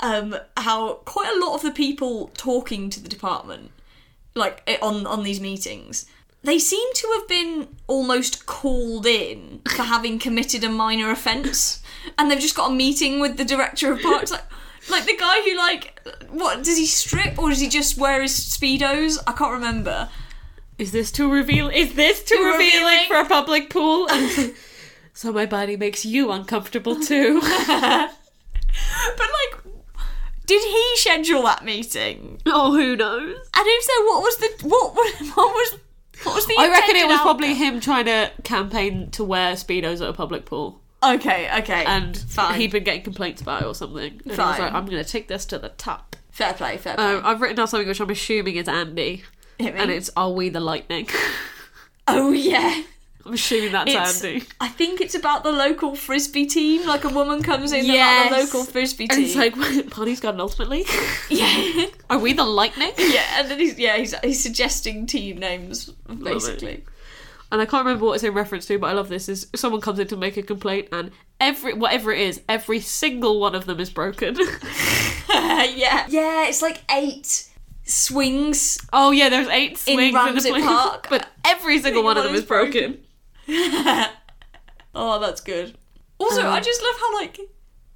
S2: um how quite a lot of the people talking to the department like eh, on on these meetings they seem to have been almost called in for having committed a minor offence and they've just got a meeting with the director of parks like like the guy who like what does he strip or does he just wear his speedos i can't remember
S1: Is this too reveal? Is this too,
S2: Too
S1: revealing,
S2: revealing?
S1: for a public pool? so my body makes you uncomfortable too.
S2: but like did he schedule that meeting
S1: oh, who knows?
S2: And if so, what was the what was what was what was the?
S1: I reckon it
S2: intended
S1: was
S2: out-
S1: probably him trying to campaign to wear speedos at a public pool,
S2: okay. Okay,
S1: and
S2: fine.
S1: he'd been getting complaints about it or something. And he was
S2: Fine.
S1: like, I'm going to take this to the top.
S2: fair play, fair play.
S1: Um, I've written down something which I'm assuming is Andy,
S2: Hit me.
S1: and it's "Are we the lightning?"
S2: oh yeah.
S1: I'm assuming that's
S2: It's-
S1: Andy.
S2: I think it's about the local frisbee team. Like a woman comes in about the
S1: Yes.
S2: local frisbee
S1: And
S2: team.
S1: it's like, Bonnie's got an ultimate league.
S2: yeah,
S1: Are we the lightning?
S2: yeah, and then he's yeah he's, he's suggesting team names basically.
S1: and I can't remember what it's in reference to, but I love this. Is someone comes in to make a complaint, and every whatever it is, every single one of them is broken.
S2: yeah, yeah, it's like eight swings.
S1: oh yeah, there's eight
S2: In
S1: swings in, the
S2: Ramsey
S1: place,
S2: Park,
S1: but every single one of them is broken.
S2: Oh, that's good. Also,
S1: Um,
S2: I just love how like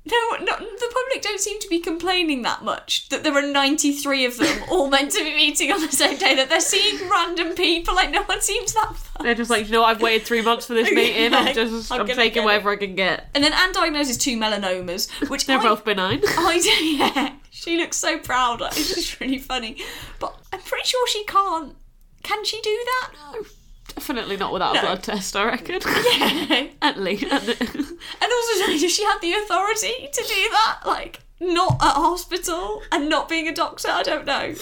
S2: no, no, the public don't seem to be complaining that much that there are 93 of them all meant to be meeting on the same day that they're seeing random people like no one seems that fun.
S1: They're just like, you know, I've waited three months for this meeting. I'm just,
S2: I'm
S1: I'm,
S2: gonna get
S1: taking
S2: it."
S1: whatever I can get.
S2: And then Anne diagnoses two melanomas, which
S1: They're
S2: I,
S1: both benign.
S2: I do, yeah. She looks so proud. Like, It's just really funny. But I'm pretty sure she can't. Can she do that?
S1: Definitely not without
S2: No.
S1: a blood test, I reckon.
S2: Yeah.
S1: At least. at the-
S2: And also, does she have the authority to do that? Like, not at hospital and not being a doctor? I don't know.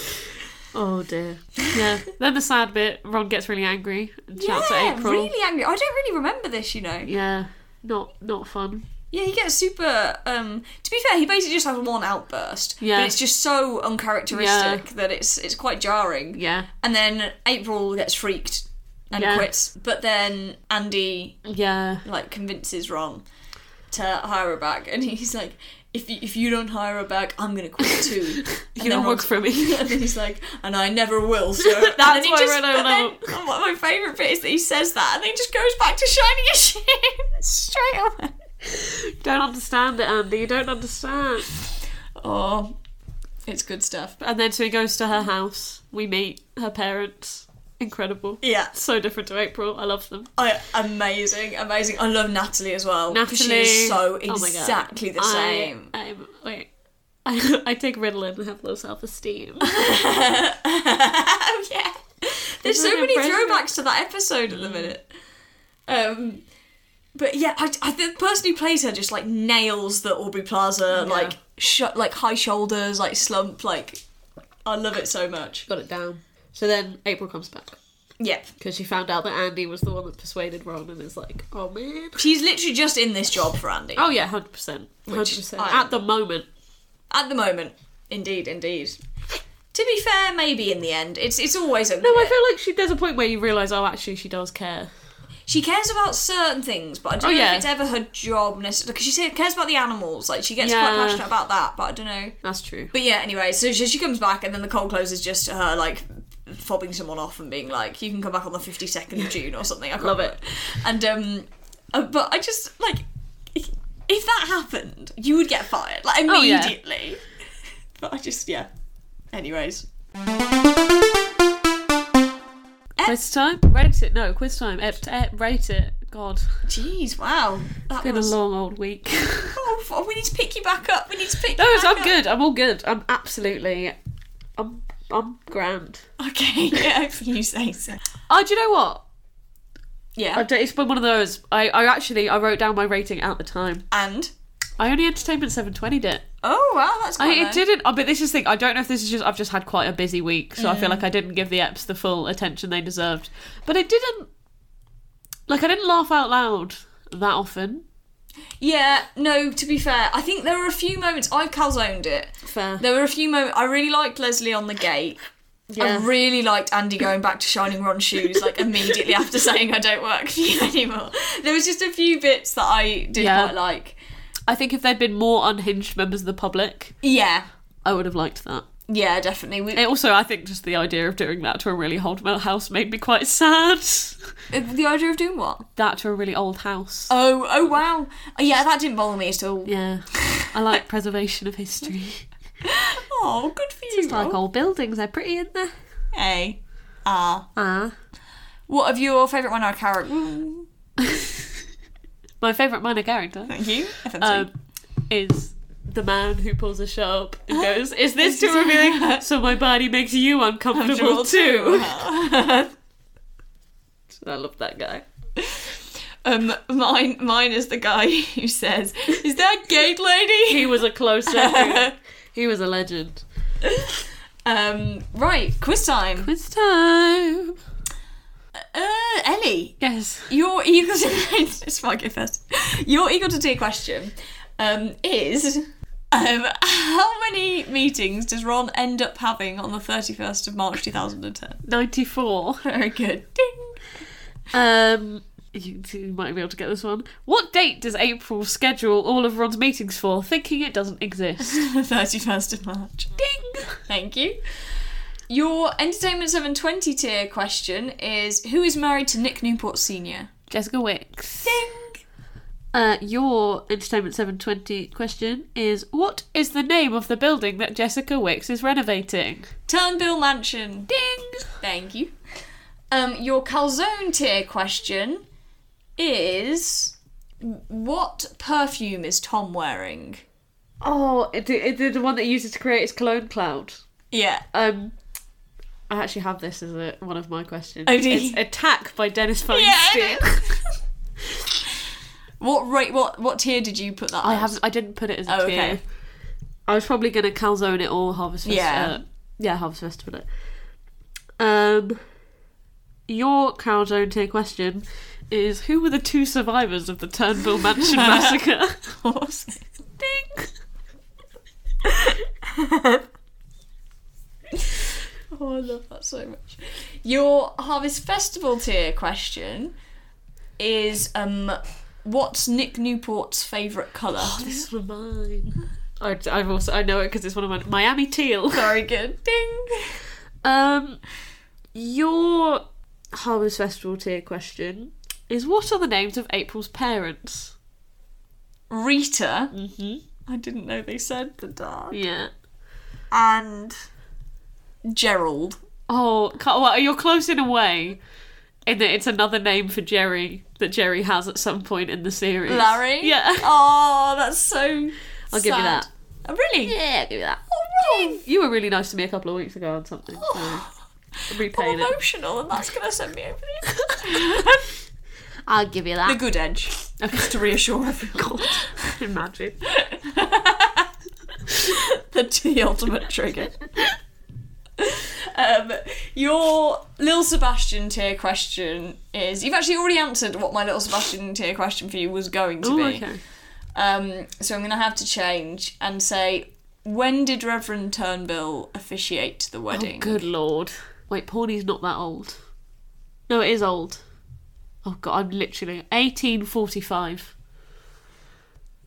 S1: oh dear. Yeah. Then the sad bit Ron gets really angry and shouts
S2: yeah,
S1: at April.
S2: really angry. I don't really remember this, you know.
S1: Yeah. Not not fun.
S2: Yeah, he gets super. Um, to be fair, he basically just has one outburst.
S1: Yeah.
S2: But it's just so uncharacteristic that it's it's quite jarring.
S1: Yeah.
S2: And then April gets freaked and
S1: Yeah.
S2: quits. But then Andy
S1: Yeah.
S2: like convinces Ron to hire her back, and he's like, "If you, if you don't hire her back, I'm gonna quit too." And
S1: You
S2: then
S1: don't work
S2: Ron's-
S1: for me.
S2: and then he's like, "And I never will." So that's
S1: That's why I wrote down-
S2: my favourite bit is that he says that, and then he just goes back to shining his shoes straight away.
S1: don't understand it, Andy. You don't understand.
S2: Oh, it's good stuff.
S1: And then so he goes to her house. We meet her parents. Incredible.
S2: Yeah,
S1: So different to April. I love them.
S2: I, amazing, amazing. I love Natalie as well. 'cause she
S1: Natalie.
S2: is so
S1: Oh my God.
S2: exactly the
S1: I-
S2: same.
S1: I'm, wait. I, I take Ritalin and have low self esteem.
S2: oh yeah. There's so
S1: Isn't it
S2: many
S1: impressive?
S2: throwbacks to that episode at the minute. Um, but yeah, I, I the person who plays her just like nails the Aubrey Plaza
S1: Yeah.
S2: like sh- like high shoulders, like slump, like I love it so much.
S1: Got it down. So then April comes back.
S2: Yep.
S1: Because she found out that Andy was the one that persuaded Ron and is like, oh man.
S2: She's literally just in this job for Andy.
S1: Oh yeah, 100%. 100%.
S2: I-
S1: At the moment.
S2: At the moment. Indeed, indeed. To be fair, maybe in the end. It's it's always a
S1: No, I feel like she, there's a point where you realise, oh, actually, she does care.
S2: She cares about certain things, but I don't
S1: Oh,
S2: know
S1: yeah.
S2: if it's ever her job necessarily. Because she say- cares about the animals, like she gets quite
S1: Yeah.
S2: passionate about that. But I don't know.
S1: That's true.
S2: But yeah, anyway, so she, she comes back, and then the cold close is just her like fobbing someone off and being like, "You can come back on the fifty second of June or something." I can't
S1: Love it.
S2: remember. And um, uh, but I just like if if that happened, you would get fired like
S1: Oh, yeah.
S2: immediately. But I just yeah. Anyways,
S1: Quiz time? Rate it. No, quiz time. Ep- to ep- rate it. God.
S2: jeez, wow, that
S1: Been a
S2: was.
S1: long old week.
S2: Oh, we need to pick you back up. We need to pick.
S1: no,
S2: you
S1: it's,
S2: back
S1: I'm
S2: up.
S1: good. I'm all good. I'm absolutely I'm I'm grand.
S2: Okay, yeah, if you say so.
S1: Oh, do you know what? I
S2: Yeah.
S1: don't- It's been one of those. I, I actually I wrote down my rating at the time.
S2: And
S1: I only entertainment seven twenty did.
S2: oh wow, that's
S1: I,
S2: quite
S1: it
S2: low.
S1: didn't. Oh, but this is the thing. I don't know if this is just I've just had quite a busy week, so I feel like I didn't give the Eps the full attention they deserved. But it didn't. Like I didn't laugh out loud that often.
S2: Yeah, no. To be fair, I think there were a few moments I've calzoned it.
S1: Fair.
S2: There were a few moments I really liked Leslie on the gate. I really liked Andy going back to Shining Ron shoes like immediately after saying I don't work for you anymore. There was just a few bits that I did
S1: Yeah.
S2: quite like.
S1: I think if there'd been more unhinged members of the public,
S2: Yeah,
S1: I would have liked that.
S2: yeah, definitely. We,
S1: It also, I think, just the idea of doing that to a really old house made me quite sad.
S2: uh, the idea of doing what?
S1: That to a really old house.
S2: Oh, oh wow. Yeah, that didn't bother me at all.
S1: Yeah, I like preservation of history.
S2: Oh, good for you.
S1: It's like old buildings; they're pretty, in there?
S2: Hey. Ah.
S1: Ah.
S2: What of your favourite one our character? Mm,
S1: My favourite minor character.
S2: Thank you. FMC.
S1: um, is the man who pulls a sharp and goes, "Is this too revealing? So my body makes you uncomfortable
S2: Comfortable too.
S1: too." I love that guy.
S2: um, mine, mine is the guy who says, "Is that gate lady?"
S1: He was a close second. he was a legend.
S2: Um, right, quiz time.
S1: It's time.
S2: Uh, Ellie,
S1: Yes.
S2: your eagle to it's fine, I'll go first. Your eagle to tear question um, is um, how many meetings does Ron end up having on the thirty first of March two thousand and ten?
S1: Ninety-four.
S2: Very good. Ding.
S1: Um. You, you might be able to get this one. What date does April schedule all of Ron's meetings for, thinking it doesn't exist?
S2: the thirty first of March.
S1: Ding!
S2: Thank you. Your Entertainment 720 tier question is Who is married to Nick Newport Sr.?
S1: Jessica Wicks.
S2: Ding!
S1: Uh, your Entertainment 720 question is What is the name of the building that Jessica Wicks is renovating?
S2: Turnbill Mansion.
S1: Ding!
S2: Thank you. Um, your calzone tier question is What perfume is Tom wearing?
S1: Oh, it, it, the one that he uses to create his clone cloud.
S2: Yeah.
S1: Um, I actually have this as a, one of my questions.
S2: Oh, do you?
S1: It's Attack by Dennis
S2: Yeah.
S1: Feinstein.
S2: what rate? What what tier did you put that?
S1: I
S2: as?
S1: haven't. I didn't put it as a
S2: Oh,
S1: tier.
S2: okay.
S1: I was probably gonna calzone it all harvest. Fest,
S2: Yeah.
S1: uh, yeah, harvest festival. It. Um, your calzone tier question is: Who were the two survivors of the Turnbull Mansion massacre? Ding.
S2: Oh, I love that so much. Your Harvest Festival tier question is um, what's Nick Newport's favourite colour?
S1: This is one of mine. I, I've also I know it because it's one of mine. Miami teal.
S2: Very good. Ding.
S1: Um, your harvest festival tier question is: What are the names of April's parents?
S2: Rita.
S1: Mm-hmm.
S2: I didn't know they said the dog.
S1: Yeah.
S2: And Gerald.
S1: Oh, ca- well, you're close in a way, in that it's another name for Jerry that Jerry has at some point in the series.
S2: Larry.
S1: Yeah.
S2: Oh, that's so.
S1: I'll give you
S2: sad.
S1: that.
S2: Oh, really?
S1: Yeah, give me that.
S2: Oh, Ron.
S1: You were really nice to me a couple of weeks ago on something, so
S2: Oh.
S1: I'm repaying
S2: I'm
S1: it.
S2: emotional, and that's gonna send me over the edge.
S1: I'll give you
S2: the
S1: that.
S2: good edge. Just to reassure everyone.
S1: Imagine.
S2: the, the ultimate trigger. Um, your little Sebastian tier question is you've actually already answered what my little Sebastian tier question for you was going to
S1: Oh,
S2: be.
S1: okay.
S2: Um, so I'm going to have to change and say when did Reverend Turnbull officiate the
S1: Oh,
S2: wedding?
S1: good lord. Wait, Pawnee's not that old. No, it is old. Oh god, I'm literally 1845.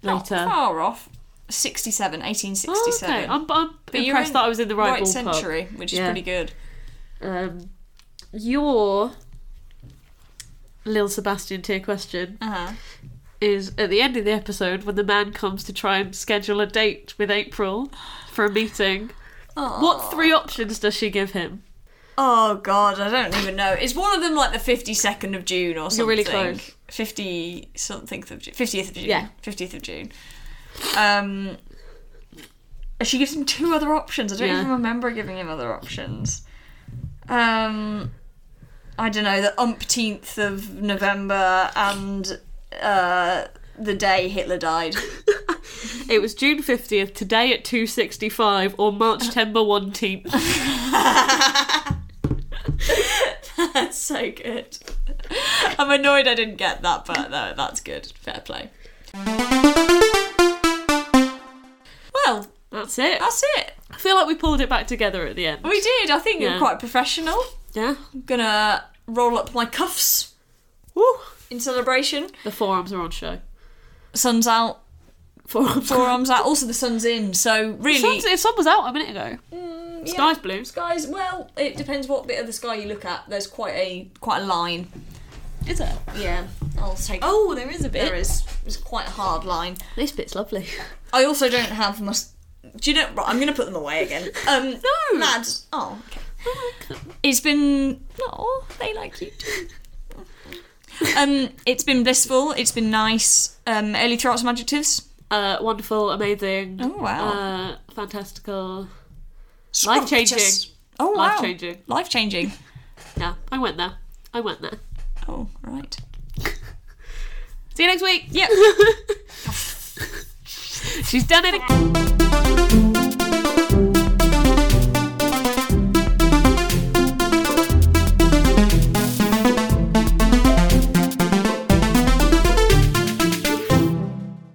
S2: Not
S1: Later. Oh,
S2: far off. 67, 1867.
S1: okay. I'm, I'm
S2: But you're
S1: impressed
S2: in
S1: that I was in the right,
S2: right
S1: ballpark.
S2: century, which is
S1: Yeah.
S2: pretty good.
S1: Um, your Lil Sebastian tier question
S2: Uh-huh.
S1: is at the end of the episode when the man comes to try and schedule a date with April for a meeting. What three options does she give him?
S2: Oh god, I don't even know. Is one of them like the fifty second of June or something?
S1: really close.
S2: Fifty something of June. Fiftieth of June.
S1: Yeah.
S2: Fiftieth of June. Um. She gives him two other options. I don't
S1: Yeah.
S2: even remember giving him other options. Um, I don't know, the umpteenth of November and uh, the day Hitler died.
S1: It was June 50th, today at 2.65, or March Tember 1th.
S2: that's so good. I'm annoyed I didn't get that, but no, that's good. Fair play. Well,
S1: That's it.
S2: that's it.
S1: I feel like we pulled it back together at the end.
S2: We did. I think
S1: Yeah.
S2: you're quite professional.
S1: Yeah.
S2: I'm gonna roll up my cuffs
S1: Woo.
S2: in celebration.
S1: The forearms are on show.
S2: Sun's out,
S1: Forearms.
S2: forearms out. Also, the sun's in, so really,
S1: Sun, the sun was out a minute ago.
S2: Mm, yeah.
S1: Sky's blue.
S2: Skies. Well, it depends what bit of the sky you look at. There's quite a quite a line.
S1: Is it?
S2: Yeah, I'll take.
S1: Oh, there is a bit.
S2: There is. It's quite a hard line.
S1: This bit's lovely.
S2: I also don't have my. s- Do you know? Right, I'm gonna put them away again. Um,
S1: No.
S2: lads. Oh, okay. It's been. Oh, they like you. too. um, it's been blissful. It's been nice. Um, early throughout some adjectives.
S1: Uh, wonderful, amazing.
S2: Oh, wow.
S1: Uh, fantastical. Life-changing.
S2: Scrumptious. Oh wow.
S1: Life changing.
S2: Life changing.
S1: Yeah, I went there. I went there.
S2: Oh right.
S1: See you next week.
S2: Yep.
S1: She's done it.